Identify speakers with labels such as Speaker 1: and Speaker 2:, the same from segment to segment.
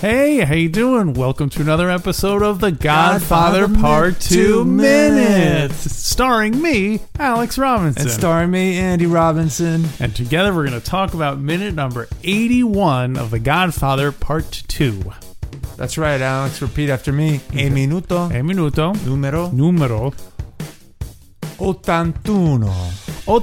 Speaker 1: Hey, how you doing? Welcome to another episode of The Godfather,
Speaker 2: Godfather
Speaker 1: Part
Speaker 2: Minute
Speaker 1: 2
Speaker 2: Two
Speaker 1: Minutes, starring me, Alex Robinson.
Speaker 2: And starring me, Andy Robinson.
Speaker 1: And together we're going to talk about minute number 81 of The Godfather Part 2.
Speaker 2: That's right, Alex. Repeat after me. E minuto
Speaker 1: E minuto
Speaker 2: numero
Speaker 1: numero
Speaker 2: ottantuno.
Speaker 1: 81.
Speaker 2: Oh.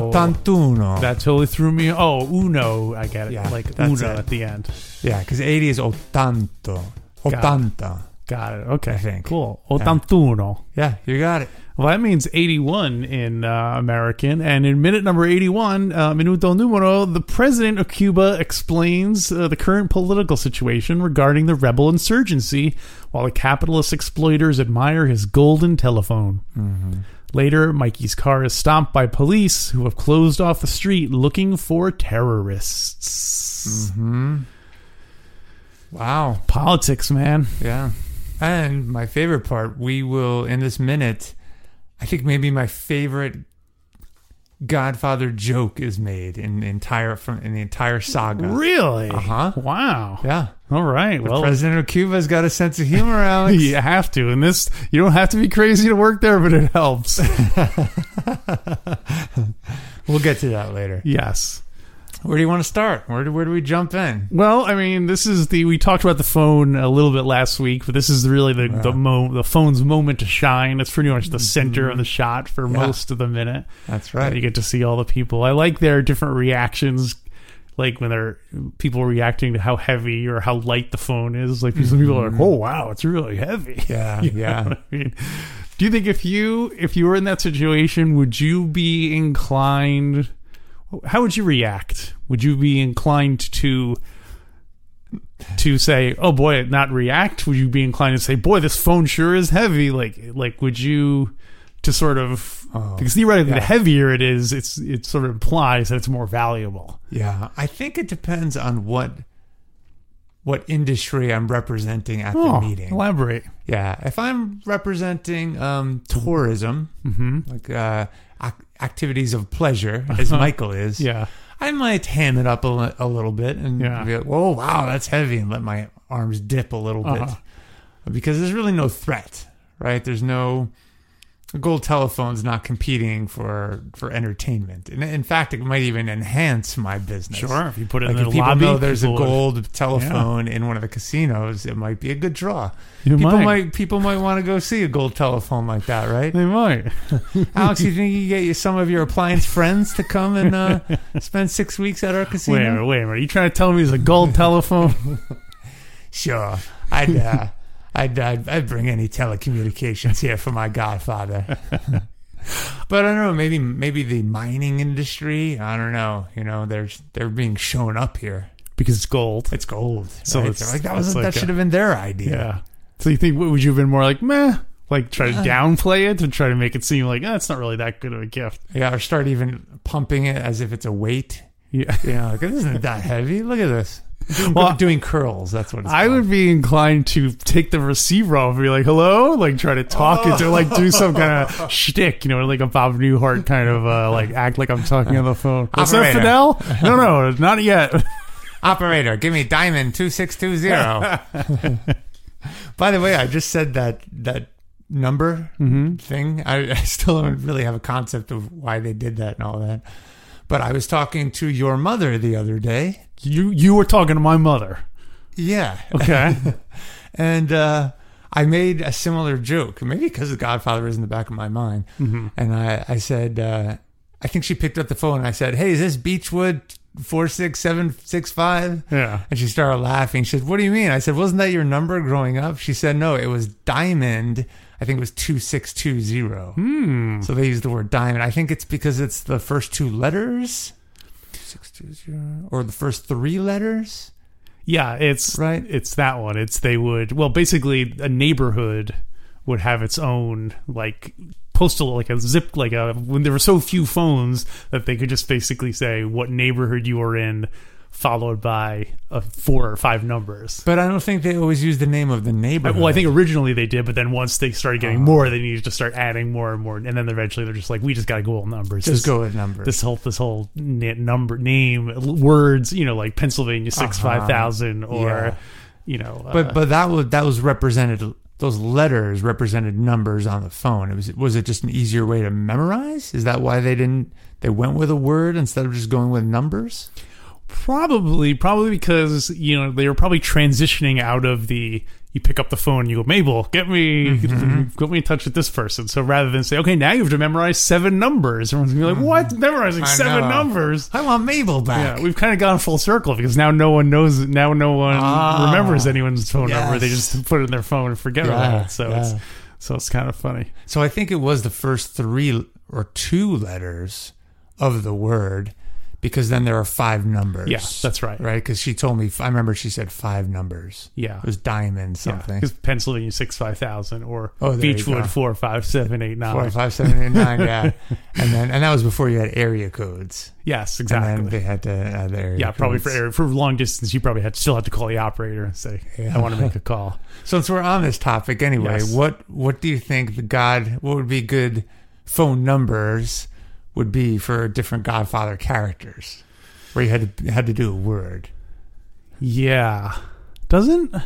Speaker 2: Ottantuno.
Speaker 1: That totally threw me. Oh, uno. I get it.
Speaker 2: Yeah,
Speaker 1: like
Speaker 2: that's
Speaker 1: uno
Speaker 2: it.
Speaker 1: at the end.
Speaker 2: yeah, because 80 is ottanto. Ottanta.
Speaker 1: Got it. Okay.
Speaker 2: I think.
Speaker 1: Cool. 81.
Speaker 2: Yeah, you got it.
Speaker 1: Well, that means 81 in uh, American. And in minute number 81, uh, Minuto Numero, the president of Cuba explains uh, the current political situation regarding the rebel insurgency, while the capitalist exploiters admire his golden telephone.
Speaker 2: Mm-hmm.
Speaker 1: Later, Mikey's car is stopped by police who have closed off the street looking for terrorists.
Speaker 2: Mm-hmm. Wow.
Speaker 1: Politics, man.
Speaker 2: Yeah. And my favorite part, we will, in this minute, I think maybe my favorite Godfather joke is made in the entire, from, in the entire saga.
Speaker 1: Really?
Speaker 2: Uh-huh.
Speaker 1: Wow.
Speaker 2: Yeah.
Speaker 1: All right.
Speaker 2: The
Speaker 1: well,
Speaker 2: president of Cuba's got a sense of humor, Alex.
Speaker 1: You have to, and this you don't have to be crazy to work there, but it helps.
Speaker 2: We'll get to that later.
Speaker 1: yes.
Speaker 2: Where do you want to start? Where do, where do we jump in?
Speaker 1: Well, I mean, this is the we talked about the phone a little bit last week, but this is really the the mo- the phone's moment to shine. It's pretty much the center of the shot for most of the minute.
Speaker 2: That's
Speaker 1: And You get to see all the people. I like their different reactions. Like when they're people reacting to how heavy or how light the phone is, like some people are like, "Oh wow, it's really heavy."
Speaker 2: Yeah,
Speaker 1: You know
Speaker 2: yeah.
Speaker 1: what I mean? Do you think if you if you were in that situation, would you be inclined? How would you react? Would you be inclined to to say, "Oh boy," not react? Would you be inclined to say, "Boy, this phone sure is heavy"? Like like would you to sort of
Speaker 2: Oh,
Speaker 1: because theoretically, the heavier it is, it's it sort of implies that it's more valuable.
Speaker 2: Yeah. I think it depends on what what industry I'm representing at the meeting.
Speaker 1: elaborate.
Speaker 2: Yeah. If I'm representing um, tourism,
Speaker 1: Mm-hmm.
Speaker 2: like uh, ac- activities of pleasure, as Michael is,
Speaker 1: Yeah.
Speaker 2: I might ham it up a, li- a little bit and
Speaker 1: Yeah.
Speaker 2: be like, "Whoa, wow, that's heavy," and let my arms dip a little
Speaker 1: Uh-huh.
Speaker 2: bit because there's really no threat, right? There's no a gold telephone's not competing for for entertainment, and in fact, it might even enhance my business.
Speaker 1: Sure. If you put it
Speaker 2: Like
Speaker 1: in
Speaker 2: if
Speaker 1: the
Speaker 2: people
Speaker 1: lobby,
Speaker 2: know there's a
Speaker 1: people would-
Speaker 2: gold telephone in one of the casinos, it might be a good draw.
Speaker 1: You
Speaker 2: people
Speaker 1: might.
Speaker 2: people might want to go see a gold telephone like that, right?
Speaker 1: They might.
Speaker 2: Alex, you think you can get your, some of your appliance friends to come and uh, spend six weeks at our
Speaker 1: Wait a
Speaker 2: casino?
Speaker 1: minute, wait a minute. Are you trying to tell me it's a gold telephone?
Speaker 2: Sure, I'd, uh, I'd, I'd I'd bring any telecommunications here for my godfather. but I don't know. Maybe maybe the mining industry. I don't know. You know, they're they're being shown up here.
Speaker 1: Because it's gold.
Speaker 2: It's gold.
Speaker 1: So
Speaker 2: So
Speaker 1: it's-
Speaker 2: like that
Speaker 1: it's
Speaker 2: was
Speaker 1: like
Speaker 2: that
Speaker 1: a-
Speaker 2: should have been their idea.
Speaker 1: Yeah. So you think would you have been more like meh, like try to downplay it and try to make it seem like oh, it's not really that good of a gift.
Speaker 2: Yeah, or start even pumping it as if it's a weight.
Speaker 1: Yeah.
Speaker 2: You know, like, this isn't that heavy. Look at this. Doing,
Speaker 1: Well,
Speaker 2: doing curls. That's what it's
Speaker 1: I
Speaker 2: called.
Speaker 1: would be inclined to take the receiver off and be like, "Hello," like try to talk it to like do some kind of shtick, you know, like a Bob Newhart kind of uh, like act like I'm talking on the phone. What's up,
Speaker 2: Operator.
Speaker 1: Fidel? No, no, not yet.
Speaker 2: Operator, give me diamond 2620. By the way, I just said that that number thing. I, I still don't really have a concept of why they did that and all that. But I was talking to your mother the other day.
Speaker 1: You you were talking to my mother,
Speaker 2: Yeah.
Speaker 1: okay?
Speaker 2: And uh, I made a similar joke, maybe because The Godfather is in the back of my mind. And I, I said, uh, I think she picked up the phone and I said, Hey, is this Beechwood 46765?
Speaker 1: Yeah.
Speaker 2: And she started laughing. She said, What do you mean? I said, Wasn't that your number growing up? She said, No, it was diamond. I think it was 2620.
Speaker 1: Hmm.
Speaker 2: So they used the word diamond. I think it's because it's the first two letters. 2620, Or the first three letters.
Speaker 1: Yeah, it's
Speaker 2: Right?
Speaker 1: It's that one. It's they would well, basically a neighborhood would have its own like postal, like a zip, like a when there were so few phones that they could just basically say what neighborhood you were in, followed by uh, four or five numbers.
Speaker 2: But I don't think they always use the name of the neighborhood.
Speaker 1: Well, I think originally they did, but then once they started getting
Speaker 2: Uh-huh.
Speaker 1: more, they needed to start adding more and more, and then eventually they're just like, we just got to go all numbers.
Speaker 2: just
Speaker 1: This-
Speaker 2: go with numbers.
Speaker 1: this whole this whole n- number name l- words you know like Pennsylvania six
Speaker 2: Uh-huh.
Speaker 1: five thousand or
Speaker 2: Yeah.
Speaker 1: you know uh,
Speaker 2: but but that was that was represented. Those letters represented numbers on the phone. It was was it just an easier way to memorize? Is that why they didn't? They went with a word instead of just going with numbers.
Speaker 1: probably probably because you know they were probably transitioning out of the you pick up the phone and you go Mabel get me get me in touch with this person so rather than say okay now you have to memorize seven numbers everyone's gonna be like what memorizing
Speaker 2: I
Speaker 1: seven
Speaker 2: know.
Speaker 1: numbers
Speaker 2: I want Mabel back.
Speaker 1: yeah, we've kind of gone full circle because now no one knows. Now no one
Speaker 2: Ah,
Speaker 1: remembers anyone's phone number. They
Speaker 2: yes.
Speaker 1: just put it in their phone and forget
Speaker 2: Yeah,
Speaker 1: about it. So it's
Speaker 2: yeah.
Speaker 1: so it's kind of funny.
Speaker 2: So I think it was the first three or two letters of the word, because then there are five numbers.
Speaker 1: Yeah, that's right.
Speaker 2: Right, because she told me. I remember she said five numbers.
Speaker 1: Yeah.
Speaker 2: It was diamond something.
Speaker 1: Because Pennsylvania six five thousand or
Speaker 2: Oh, there you go.
Speaker 1: Beachwood four five seven eight nine.
Speaker 2: Four, five, seven, eight, nine. Yeah, and then and that was before you had area codes.
Speaker 1: Yes,
Speaker 2: And then
Speaker 1: exactly.
Speaker 2: they had to add the area.
Speaker 1: Yeah, probably for
Speaker 2: codes.
Speaker 1: air- for long distance, you probably had still had to call the operator and say,
Speaker 2: Yeah.
Speaker 1: "I want to make a call."
Speaker 2: Since we're on this topic anyway,
Speaker 1: Yes.
Speaker 2: what what do you think the God? What would be good phone numbers would be for different Godfather characters, where you had to had to do a word.
Speaker 1: Yeah, doesn't I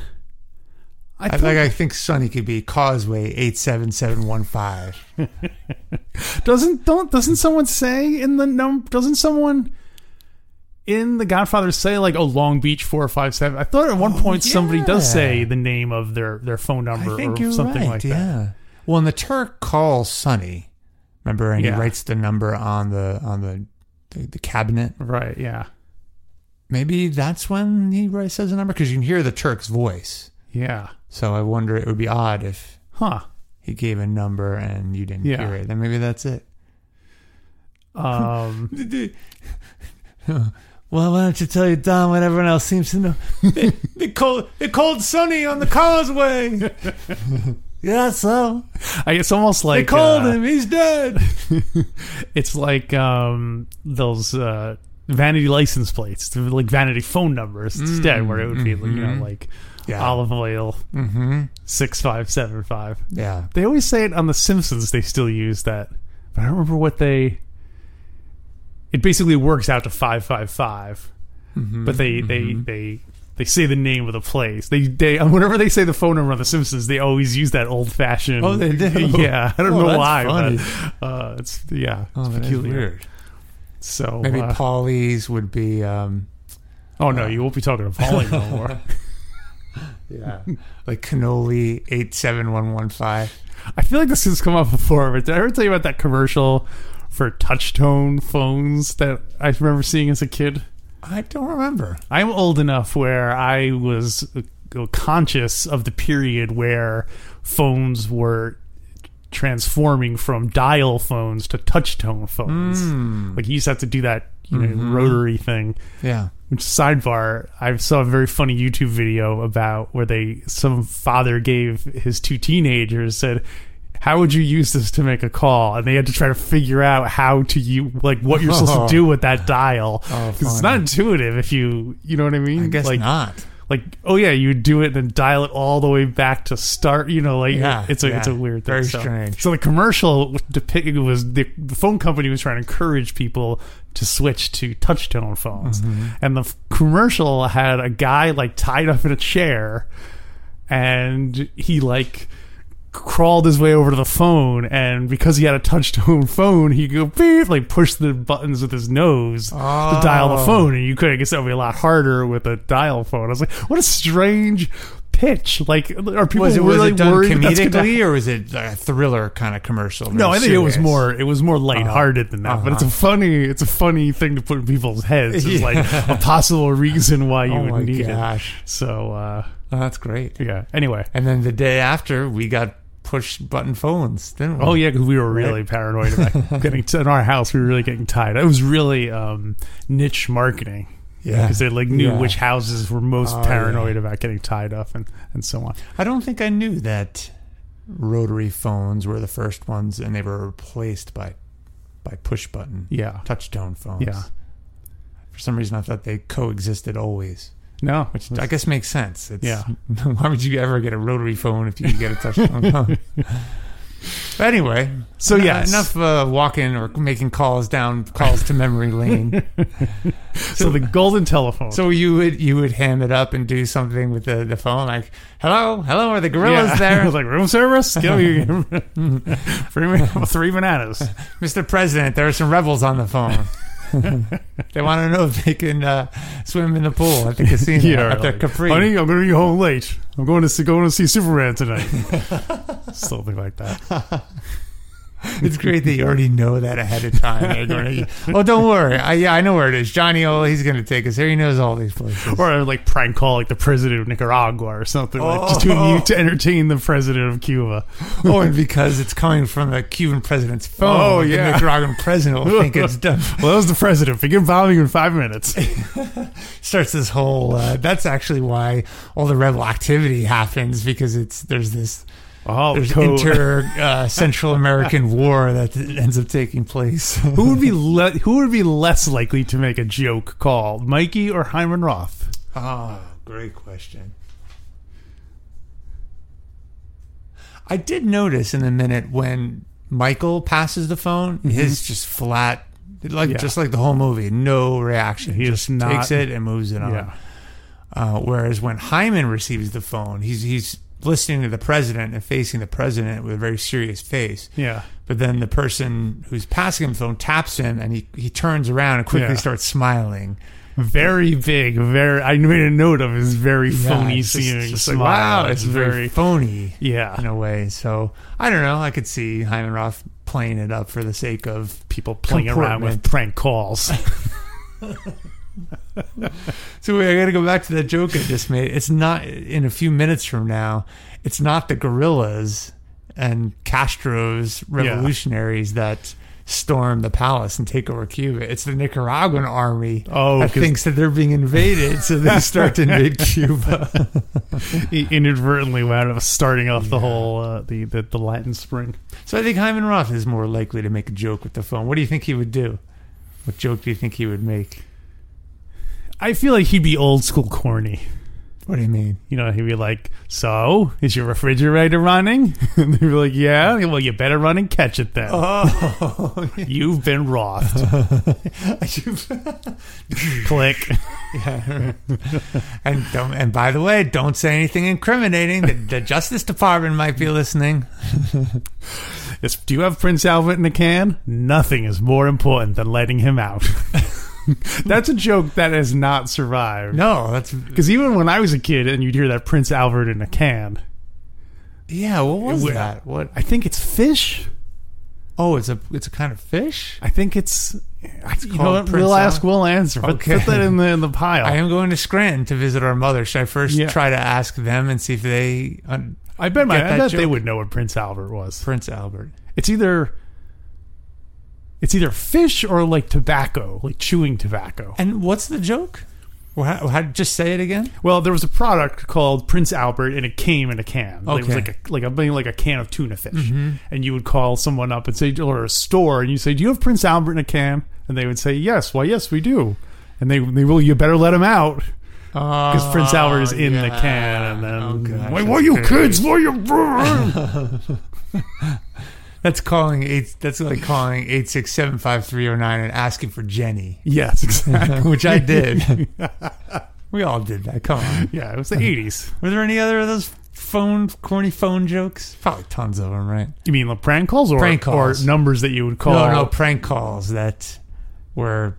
Speaker 2: I,
Speaker 1: think,
Speaker 2: like I think Sonny could be Causeway eight seven seven one five.
Speaker 1: doesn't don't doesn't someone say in the num doesn't someone in the Godfather say like oh Long Beach four five seven? I thought at one point somebody does
Speaker 2: Oh, yeah.
Speaker 1: say the name of their their phone number
Speaker 2: I think
Speaker 1: or
Speaker 2: you're
Speaker 1: something
Speaker 2: right.
Speaker 1: like
Speaker 2: yeah.
Speaker 1: that.
Speaker 2: Well, and the Turk calls Sonny, remember, and
Speaker 1: Yeah.
Speaker 2: he writes the number on the on the the, the cabinet.
Speaker 1: Right? Yeah.
Speaker 2: Maybe that's when he writes says the number because you can hear the Turk's voice.
Speaker 1: Yeah.
Speaker 2: So I wonder it would be odd if
Speaker 1: Huh.
Speaker 2: he gave a number and you didn't
Speaker 1: Yeah.
Speaker 2: hear it. Then maybe that's it. Hmm.
Speaker 1: Um.
Speaker 2: Well, why don't you tell you, Don, what everyone else seems to know? the cold, the cold, sunny on the causeway. yeah, so
Speaker 1: I, it's almost
Speaker 2: they
Speaker 1: like
Speaker 2: called
Speaker 1: uh,
Speaker 2: him. He's dead.
Speaker 1: It's like um, those uh, vanity license plates, they're like vanity phone numbers instead, where it would be like, you know like
Speaker 2: Mm, mm-hmm. Yeah.
Speaker 1: olive oil
Speaker 2: Mm-hmm.
Speaker 1: six five seven five.
Speaker 2: Yeah.
Speaker 1: They always say it on The Simpsons. They still use that, but I don't remember what they. It basically works out to five five five,
Speaker 2: Mm-hmm.
Speaker 1: but they they they. They say the name of the place. They they uh, whenever they say the phone number on The Simpsons, they always use that old fashioned.
Speaker 2: Oh, they do?
Speaker 1: Yeah, I don't
Speaker 2: Oh,
Speaker 1: know
Speaker 2: that's
Speaker 1: why.
Speaker 2: funny.
Speaker 1: But, uh, it's yeah, it's
Speaker 2: Oh, that is
Speaker 1: peculiar. So
Speaker 2: Maybe
Speaker 1: uh,
Speaker 2: Paulie's would be. Um,
Speaker 1: oh no, you won't be talking to Paulie no more.
Speaker 2: yeah. like cannoli eight seven one one five.
Speaker 1: I feel like this has come up before, but did I ever tell you about that commercial for Touchtone phones that I remember seeing as a kid?
Speaker 2: I don't remember.
Speaker 1: I'm old enough where I was uh, conscious of the period where phones were transforming from dial phones to touchtone phones. Like you used to have to do that you know, rotary thing.
Speaker 2: Yeah.
Speaker 1: Which sidebar, I saw a very funny YouTube video about where they some father gave his two teenagers said, "How would you use this to make a call?" And they had to try to figure out how to you like what you're supposed
Speaker 2: Oh.
Speaker 1: to do with that dial 'Cause it's
Speaker 2: funny.
Speaker 1: not intuitive if you you know what I mean.
Speaker 2: I guess
Speaker 1: like,
Speaker 2: not.
Speaker 1: Like oh yeah, you do it and then dial it all the way back to start. You know like
Speaker 2: Yeah,
Speaker 1: it's a it's a
Speaker 2: yeah.
Speaker 1: weird thing.
Speaker 2: Very
Speaker 1: so.
Speaker 2: strange.
Speaker 1: So the commercial depict it was the, the phone company was trying to encourage people to switch to touchtone phones,
Speaker 2: Mm-hmm.
Speaker 1: and the f- commercial had a guy like tied up in a chair, and he like crawled his way over to the phone, and because he had a touchtone phone, he could beep, like push the buttons with his nose to dial the
Speaker 2: Oh.
Speaker 1: phone, and you could. I guess that would be a lot harder with a dial phone. I was like, what a strange. Pitch like are people
Speaker 2: Was it, was
Speaker 1: really
Speaker 2: it done
Speaker 1: worried that that's gonna
Speaker 2: comedically or was it a thriller kind of commercial?
Speaker 1: No, I think it was
Speaker 2: serious? Uh-huh.
Speaker 1: more it was more lighthearted than that. But it's a funny it's a funny thing to put in people's heads. It's like a possible reason why you
Speaker 2: Oh
Speaker 1: would
Speaker 2: my
Speaker 1: need
Speaker 2: gosh,
Speaker 1: it. So uh,
Speaker 2: Oh, that's great!
Speaker 1: yeah. Anyway.
Speaker 2: And then the day after, we got push button phones, didn't we?
Speaker 1: Oh yeah, because we were really paranoid about getting in our house. We were really getting tied. It was really um, niche marketing
Speaker 2: yeah.
Speaker 1: because they like knew
Speaker 2: Yeah.
Speaker 1: which houses were most
Speaker 2: Oh,
Speaker 1: paranoid about getting tied up and and so on.
Speaker 2: I don't think I knew that rotary phones were the first ones, and they were replaced by by push button
Speaker 1: Yeah.
Speaker 2: touch tone phones.
Speaker 1: Yeah.
Speaker 2: For some reason, I thought they coexisted always,
Speaker 1: No.
Speaker 2: which I guess makes sense. It's,
Speaker 1: Yeah.
Speaker 2: Why would you ever get a rotary phone if you could get a touch tone phone? But anyway,
Speaker 1: So
Speaker 2: en-
Speaker 1: yes.
Speaker 2: enough uh, walking or making calls down calls to memory lane.
Speaker 1: So the golden telephone.
Speaker 2: So you would you would ham it up and do something with the, the phone like hello hello are the gorillas
Speaker 1: Yeah.
Speaker 2: there
Speaker 1: I was like room service. Give me three, ban- three bananas.
Speaker 2: Mr. President, there are some rebels on the phone. they want to know if they can uh, swim in the pool at the casino at the
Speaker 1: like,
Speaker 2: Capri.
Speaker 1: Honey, I'm going to be home late. I'm going to see, going to see Superman tonight. Something like that.
Speaker 2: It's great that you already know that ahead of time. They're gonna- oh, don't worry. I, yeah, I know where it is. Johnny, oh, he's going to take us here. He knows all these places.
Speaker 1: Or I would like prank call like the president of Nicaragua or something like just to,
Speaker 2: Oh.
Speaker 1: to entertain the president of Cuba.
Speaker 2: oh, and because it's coming from the Cuban president's phone,
Speaker 1: Oh, yeah.
Speaker 2: the Nicaraguan president will think it's done.
Speaker 1: Well, that was the president. Begin bombing in five minutes.
Speaker 2: starts this whole. Uh, that's actually why all the rebel activity happens because it's there's this
Speaker 1: Oh,
Speaker 2: there's
Speaker 1: code.
Speaker 2: inter uh, Central American war that ends up taking place.
Speaker 1: who would be le- who would be less likely to make a joke call, Mikey or Hyman Roth? Ah,
Speaker 2: Oh, great question. I did notice in the minute when Michael passes the phone, his just flat, like
Speaker 1: Mm-hmm. Yeah.
Speaker 2: just like the whole movie, no reaction.
Speaker 1: He is
Speaker 2: just
Speaker 1: not-
Speaker 2: takes it and moves it on.
Speaker 1: Yeah.
Speaker 2: Uh, whereas when Hyman receives the phone, he's he's listening to the president and facing the president with a very serious face.
Speaker 1: Yeah.
Speaker 2: But then the person who's passing him the phone taps him, and he he turns around and quickly
Speaker 1: Yeah.
Speaker 2: starts smiling.
Speaker 1: Very big, very. I made a note of his very phony
Speaker 2: it's just-
Speaker 1: seeming
Speaker 2: just like,
Speaker 1: smile.
Speaker 2: wow, it's very phony
Speaker 1: yeah.
Speaker 2: in a way. So I don't know. I could see Hyman Roth playing it up for the sake of.
Speaker 1: People playing around with prank
Speaker 2: Comportment.
Speaker 1: calls.
Speaker 2: So wait, I got to go back to that joke I just made. It's not in a few minutes from now. It's not the guerrillas and Castro's revolutionaries that storm the palace and take over Cuba. It's the Nicaraguan army.
Speaker 1: Oh,
Speaker 2: that
Speaker 1: 'cause-
Speaker 2: thinks that they're being invaded, so they start to invade Cuba.
Speaker 1: He inadvertently wound up starting off the whole uh, the, the the Latin Spring.
Speaker 2: So I think Hyman Roth is more likely to make a joke with the phone. What do you think he would do? What joke do you think he would make?
Speaker 1: I feel like he'd be old school corny.
Speaker 2: What do you mean?
Speaker 1: You know, he'd be like, "So, is your refrigerator running?" and they'd be like, "Yeah." Well, you better run and catch it then.
Speaker 2: Oh,
Speaker 1: You've been rothed. Click.
Speaker 2: yeah. and don't, and by the way, don't say anything incriminating. The, the Justice Department might be listening.
Speaker 1: It's, do you have Prince Albert in a can? Nothing is more important than letting him out. That's a joke that has not survived.
Speaker 2: No, that's
Speaker 1: Because even when I was a kid, and you'd hear that Prince Albert in a can,
Speaker 2: yeah. What was
Speaker 1: Well-
Speaker 2: that? What?
Speaker 1: I think it's fish.
Speaker 2: Oh, it's a it's a kind of fish.
Speaker 1: I think it's. I, you know
Speaker 2: called
Speaker 1: what?
Speaker 2: Prince
Speaker 1: We'll
Speaker 2: Albert?
Speaker 1: ask. We'll answer. Put,
Speaker 2: Okay.
Speaker 1: put that in the in the pile.
Speaker 2: I
Speaker 1: I,
Speaker 2: am going to Scranton to visit our mother. Should I first
Speaker 1: Yeah.
Speaker 2: try to ask them and see if they un-
Speaker 1: bet my.
Speaker 2: get
Speaker 1: I
Speaker 2: that
Speaker 1: bet they
Speaker 2: joke.
Speaker 1: would know what Prince Albert was.
Speaker 2: Prince Albert?
Speaker 1: It's either. It's either fish or like tobacco, like chewing tobacco.
Speaker 2: And what's the joke? Well, how, how, just say it again.
Speaker 1: Well, there was a product called Prince Albert, and it came in a can. Like, It was
Speaker 2: Okay.
Speaker 1: like a like a like a can of tuna fish, and you would call someone up and say, or a store, and you say, "Do you have Prince Albert in a can?" And they would say, "Yes." Why, yes, we do. And they they will. You better let him out because Prince Albert is in the can. And then,
Speaker 2: Oh, Ah, gosh,
Speaker 1: why, why
Speaker 2: that's
Speaker 1: you
Speaker 2: great.
Speaker 1: kids? Why you?
Speaker 2: That's calling eight. That's like calling eight six seven five three zero nine and asking for Jenny,
Speaker 1: yes, exactly.
Speaker 2: which I did. we all did that. Come on.
Speaker 1: yeah, it was the '80s.
Speaker 2: Were there any other of those phone corny phone jokes? Probably tons of them, right?
Speaker 1: You mean like prank calls or
Speaker 2: Prank calls.
Speaker 1: or numbers that you would call?
Speaker 2: No, no prank calls that were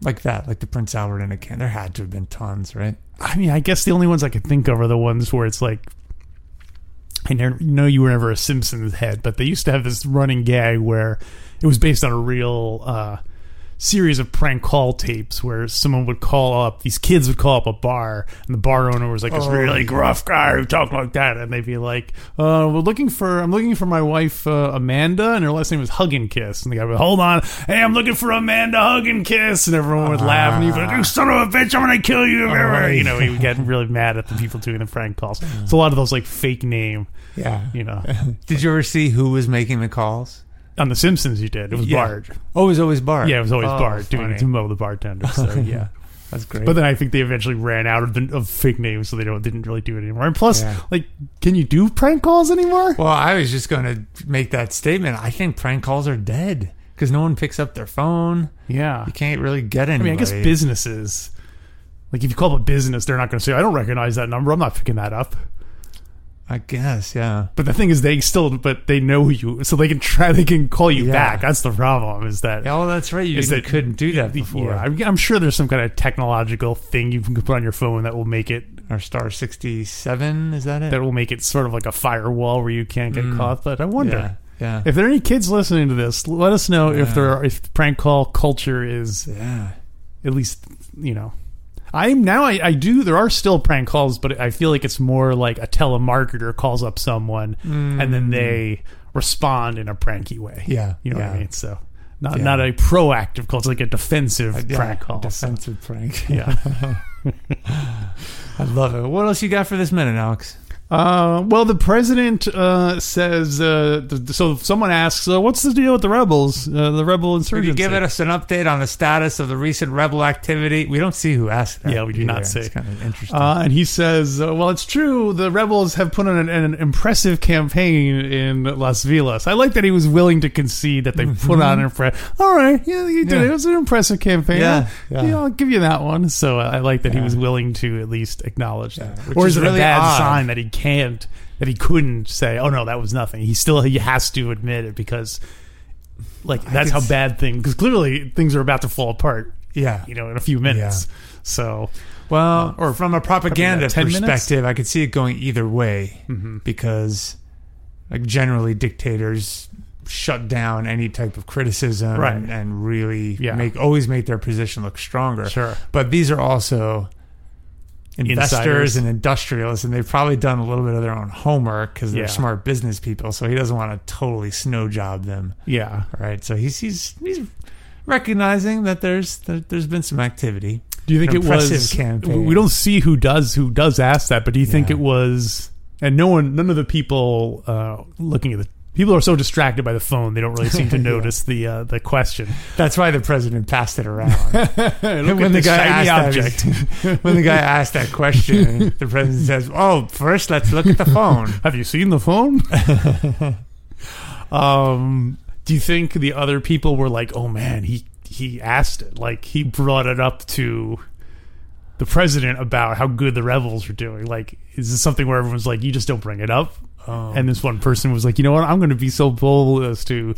Speaker 2: like that, like the Prince Albert in a can. There had to have been tons, right?
Speaker 1: I mean, I guess the only ones I could think of are the ones where it's like, I never, know you were never a Simpsons head, but they used to have this running gag where it was based on a real uh, series of prank call tapes where someone would call up, these kids would call up a bar, and the bar owner was like this really gruff guy who talked like that, and they'd be like, "Uh, we're looking for, I'm looking for my wife uh, Amanda, and her last name was Hug and Kiss," and the guy would, "Hold on, hey, I'm looking for Amanda Hug and Kiss," and everyone would laugh, and he'd be like, "You son of a bitch, I'm gonna kill you!" you know, he would get really mad at the people doing the prank calls. It's a lot of those like fake name,
Speaker 2: Yeah.
Speaker 1: you know.
Speaker 2: Did you ever see who was making the calls?
Speaker 1: On The Simpsons, you did. It was
Speaker 2: Yeah.
Speaker 1: Bart.
Speaker 2: Oh, it was always Bart.
Speaker 1: Yeah, it was always
Speaker 2: Oh,
Speaker 1: Bart doing
Speaker 2: funny.
Speaker 1: it to Mo the bartender. So yeah.
Speaker 2: That's great.
Speaker 1: But then I think they eventually ran out of the, of fake names, so they don't didn't really do it anymore. And plus,
Speaker 2: Yeah.
Speaker 1: like, can you do prank calls anymore?
Speaker 2: well, I was just going to make that statement. I think prank calls are dead because no one picks up their phone.
Speaker 1: Yeah,
Speaker 2: You can't really get
Speaker 1: I
Speaker 2: anybody.
Speaker 1: mean, I guess businesses, like, if you call up a business, they're not going to say, "I don't recognize that number. I'm not picking that up."
Speaker 2: I guess, yeah.
Speaker 1: But the thing is, they still, but they know you, so they can try. They can call you
Speaker 2: Yeah.
Speaker 1: back. That's the problem. Is that
Speaker 2: Yeah, well, that's right. You
Speaker 1: Is
Speaker 2: didn't-
Speaker 1: that-
Speaker 2: couldn't do that before.
Speaker 1: Yeah, I'm, I'm sure there's some kind of technological thing you can put on your phone that will make it
Speaker 2: Or Star 67, is that it?
Speaker 1: that will make it sort of like a firewall where you can't get caught. But I wonder.
Speaker 2: Mm. yeah. Yeah.
Speaker 1: If there are any kids listening to this, let us know if
Speaker 2: Yeah.
Speaker 1: there are, if prank call culture is
Speaker 2: yeah.
Speaker 1: at least you know. I'm now I, I do there are still prank calls, but I feel like it's more like a telemarketer calls up someone and then they respond in a pranky way.
Speaker 2: Mm. Yeah,
Speaker 1: you know what I
Speaker 2: yeah.
Speaker 1: mean. So not
Speaker 2: Yeah. Uh,
Speaker 1: not a proactive call, it's like a defensive
Speaker 2: Yeah,
Speaker 1: prank call. So,
Speaker 2: Defensive prank.
Speaker 1: yeah.
Speaker 2: I love it. What else you got for this minute, Alex?
Speaker 1: Uh, well, the president uh, says uh, th- th- so. Someone asks, uh, "What's the deal with the rebels? Uh, the rebel
Speaker 2: Could
Speaker 1: insurgency?"
Speaker 2: you give us an update on the status of the recent rebel activity? We don't see who asked that.
Speaker 1: Yeah, we do not
Speaker 2: either.
Speaker 1: see.
Speaker 2: It's kind of interesting.
Speaker 1: Uh, and he says, uh, "Well, it's true. The rebels have put on an, an impressive campaign in Las Vegas. I like that he was willing to concede that they put on an impressive. All right, yeah, you did
Speaker 2: Mm-hmm. Yeah.
Speaker 1: it. It was an impressive campaign.
Speaker 2: Yeah,
Speaker 1: I'll-
Speaker 2: yeah.
Speaker 1: I'll give you that one. So uh, I like that he
Speaker 2: Yeah.
Speaker 1: was willing to at least acknowledge that.
Speaker 2: Yeah, which
Speaker 1: Or is,
Speaker 2: is
Speaker 1: it
Speaker 2: really
Speaker 1: a bad
Speaker 2: odd.
Speaker 1: sign that he can't, that he couldn't say, "Oh no, that was nothing." He still he has to admit it because, like, that's
Speaker 2: could
Speaker 1: how
Speaker 2: s-
Speaker 1: bad things. Because clearly things are about to fall apart.
Speaker 2: yeah.
Speaker 1: You know, in a few minutes. So
Speaker 2: Well, or from a
Speaker 1: Uh,
Speaker 2: propaganda
Speaker 1: about 10 minutes? Mm-hmm.
Speaker 2: perspective, I could see it going either way because, like, generally dictators shut down any type of criticism
Speaker 1: Right.
Speaker 2: and, and really
Speaker 1: Yeah.
Speaker 2: make always make their position look stronger.
Speaker 1: Sure.
Speaker 2: but these are also investors
Speaker 1: Insiders.
Speaker 2: and industrialists, and they've probably done a little bit of their own homework because they're
Speaker 1: Yeah.
Speaker 2: smart business people. So he doesn't want to totally snow job them.
Speaker 1: yeah.
Speaker 2: All right, so he's he's, he's recognizing that there's that there's been some activity.
Speaker 1: Do you think
Speaker 2: An
Speaker 1: it was?
Speaker 2: impressive campaign.
Speaker 1: We don't see who does who does ask that, but do you think
Speaker 2: Yeah.
Speaker 1: it was? And no one, none of the people uh, looking at the people are so distracted by the phone they don't really seem to notice the uh, the question.
Speaker 2: That's why the president passed it around.
Speaker 1: Look at this shiny object.
Speaker 2: That, when the guy asked that question, the president says, "Oh, first let's look at the phone."
Speaker 1: Have you seen the phone? um, do you think the other people were like, "Oh man, he he asked it. Like he brought it up to the president about how good the rebels are doing. Like, is this something where everyone's like, you just don't bring it up?" And this one person was like, "You know what? I'm going to be so bold as to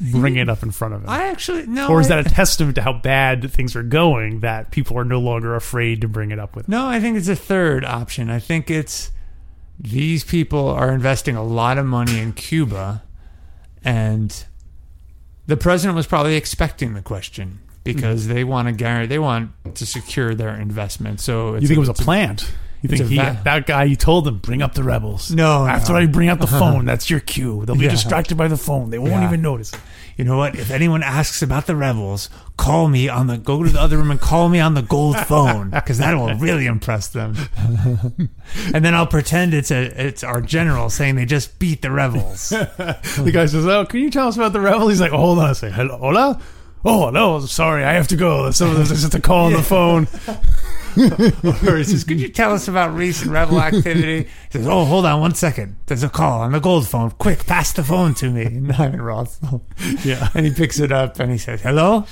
Speaker 1: bring it up in front of him."
Speaker 2: I actually no.
Speaker 1: or is
Speaker 2: I-
Speaker 1: that a testament to how bad things are going that people are no longer afraid to bring it up with?
Speaker 2: No, I think it's a third option. I think it's these people are investing a lot of money in Cuba, and the president was probably expecting the question because
Speaker 1: Mm-hmm.
Speaker 2: they want to guarantee they want to secure their investment. So it's
Speaker 1: You think it was a plant? You think
Speaker 2: a
Speaker 1: he,
Speaker 2: va-
Speaker 1: that guy? You told them bring up the rebels.
Speaker 2: No,
Speaker 1: after
Speaker 2: no.
Speaker 1: I bring up the phone, that's your cue. They'll be
Speaker 2: Yeah.
Speaker 1: distracted by the phone. They won't
Speaker 2: Yeah.
Speaker 1: even notice. It.
Speaker 2: you know what? If anyone asks about the rebels, call me on the go to the other room and call me on the gold phone because that will really impress them. and then I'll pretend it's a it's our general saying they just beat the rebels.
Speaker 1: the guy says, "Oh, can you tell us about the rebel?" He's like, oh, "Hold on a second. Hello, hola." Oh no, sorry, I have to go. So there's just a call on the phone.
Speaker 2: Or he says, Could you tell us about recent rebel activity? He says, Oh, hold on one second. There's a call on the gold phone. Quick, pass the phone to me. And I'm in Ross.
Speaker 1: Yeah.
Speaker 2: And he picks it up and he says, Hello?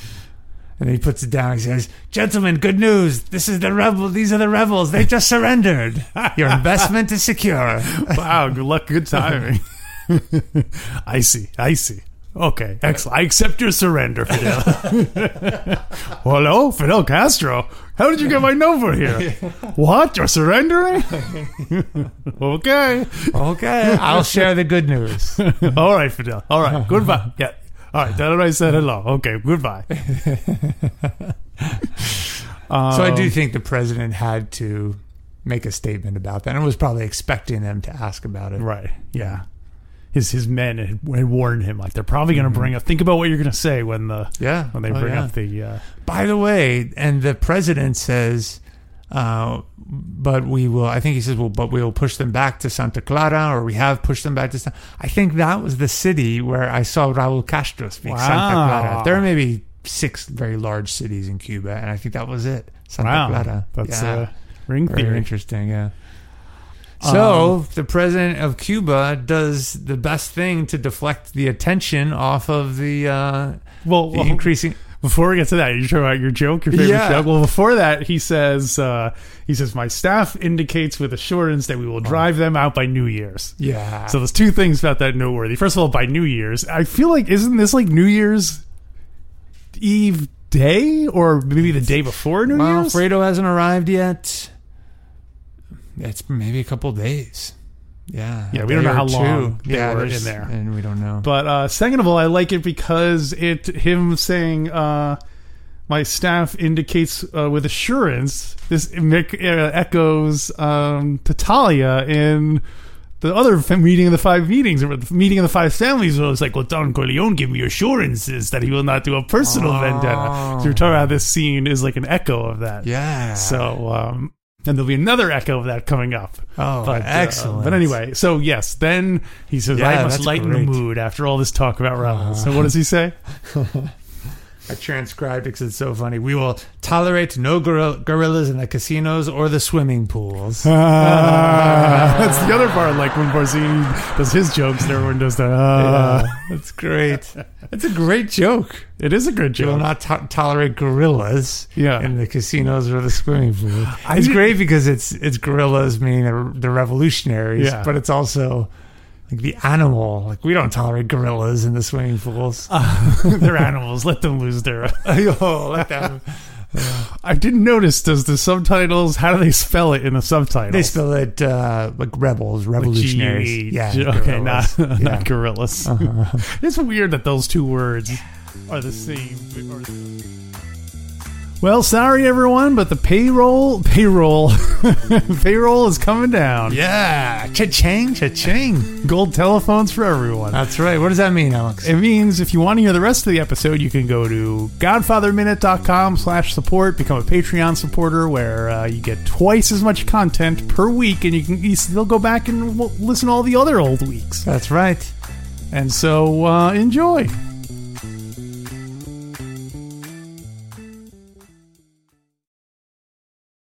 Speaker 2: And he puts it down. He says, Gentlemen, good news. This is the rebel. These are the rebels. They just surrendered. Your investment is secure.
Speaker 1: Wow, good luck, good timing. I see, I see. Okay, excellent. I accept your surrender, Fidel. Hello, Fidel Castro. How did you get my number here? What? You're surrendering? okay.
Speaker 2: Okay. I'll share the good news.
Speaker 1: All right, Fidel. All right. Goodbye. Yeah. All right, that I said hello. Okay, goodbye. Um,
Speaker 2: So I do think the president had to make a statement about that, and was probably expecting them to ask about it.
Speaker 1: Right. Yeah. His his men had, had warned him like they're probably going to bring up. Think about what you're going to say when the
Speaker 2: Yeah.
Speaker 1: when they
Speaker 2: Oh,
Speaker 1: bring
Speaker 2: yeah.
Speaker 1: up the. Uh,
Speaker 2: By the way, and the president says, uh, but we will. I think he says, well, but we will push them back to Santa Clara, or we have pushed them back to. San-" I think that was the city where I saw Raúl Castro speak. Santa
Speaker 1: Wow.
Speaker 2: Clara. There are maybe six very large cities in Cuba, and I think that was it. Santa
Speaker 1: wow,
Speaker 2: Clara.
Speaker 1: that's
Speaker 2: Yeah.
Speaker 1: uh, ring
Speaker 2: Very
Speaker 1: theory.
Speaker 2: interesting, yeah. So
Speaker 1: Um,
Speaker 2: the president of Cuba does the best thing to deflect the attention off of the, uh,
Speaker 1: Well,
Speaker 2: the
Speaker 1: well,
Speaker 2: increasing.
Speaker 1: before we get to that, you talking about your joke, your favorite
Speaker 2: Yeah.
Speaker 1: joke. Well, before that, he says uh, he says my staff indicates with assurance that we will drive them out by New Year's.
Speaker 2: Oh. Yeah.
Speaker 1: So there's two things about that noteworthy. First of all, by New Year's, I feel like isn't this like New Year's Eve day or maybe the day before New
Speaker 2: well,
Speaker 1: Year's?
Speaker 2: Fredo hasn't arrived yet. It's maybe a couple days. Yeah.
Speaker 1: Yeah,
Speaker 2: a
Speaker 1: we don't
Speaker 2: day
Speaker 1: know
Speaker 2: or
Speaker 1: how long they were in
Speaker 2: there's-
Speaker 1: there.
Speaker 2: and we don't know.
Speaker 1: But uh, second of all, I like it because it him saying uh, my staff indicates uh, with assurance. This mic- uh, echoes um, Tatalia in the other f- meeting of the five meetings or the meeting of the five families. Where it was like, well, Don Corleone gave me assurances that he will not do a personal
Speaker 2: Oh.
Speaker 1: vendetta. So you're talking about this scene is like an echo of that.
Speaker 2: yeah.
Speaker 1: So. Um, and there'll be another echo of that coming up.
Speaker 2: oh,
Speaker 1: But uh,
Speaker 2: excellent.
Speaker 1: but anyway, so yes, then he says,
Speaker 2: Yeah,
Speaker 1: "I must
Speaker 2: that's
Speaker 1: lighten
Speaker 2: great.
Speaker 1: the mood after all this talk about Raul." so what does he say?
Speaker 2: I transcribed because it's so funny. We will tolerate no gorilla- gorillas in the casinos or the swimming pools.
Speaker 1: Ah, that's the other part. Like when Barzini does his jokes, and everyone does that. Ah.
Speaker 2: that's great. That's a great joke.
Speaker 1: It is a good
Speaker 2: You will
Speaker 1: joke.
Speaker 2: not to- tolerate gorillas
Speaker 1: Yeah.
Speaker 2: in the casinos or the swimming pool.
Speaker 1: I
Speaker 2: it's
Speaker 1: did-
Speaker 2: great because it's it's gorillas meaning they're, they're revolutionaries,
Speaker 1: Yeah.
Speaker 2: but it's also like the animal. Like we don't tolerate gorillas in the swimming pools.
Speaker 1: They're animals. Let them lose their.
Speaker 2: Yo, let them.
Speaker 1: I didn't notice. Does the subtitles? How do they spell it in the subtitles?
Speaker 2: They spell it uh, like rebels, revolutionaries.
Speaker 1: G-U-E.
Speaker 2: yeah,
Speaker 1: E Okay. Not,
Speaker 2: gorillas. Yeah. Uh-huh.
Speaker 1: not gorillas. it's weird that those two words are the same. Or- Well, sorry everyone, but the payroll, payroll, payroll is coming down.
Speaker 2: Yeah, cha-ching, cha-ching.
Speaker 1: Gold telephones for everyone.
Speaker 2: That's right. What does that mean, Alex?
Speaker 1: It means if you want to hear the rest of the episode, you can go to godfatherminute.com slash support, become a Patreon supporter where uh, you get twice as much content per week and you can you still go back and w- listen to all the other old weeks.
Speaker 2: That's right.
Speaker 1: And so uh, enjoy.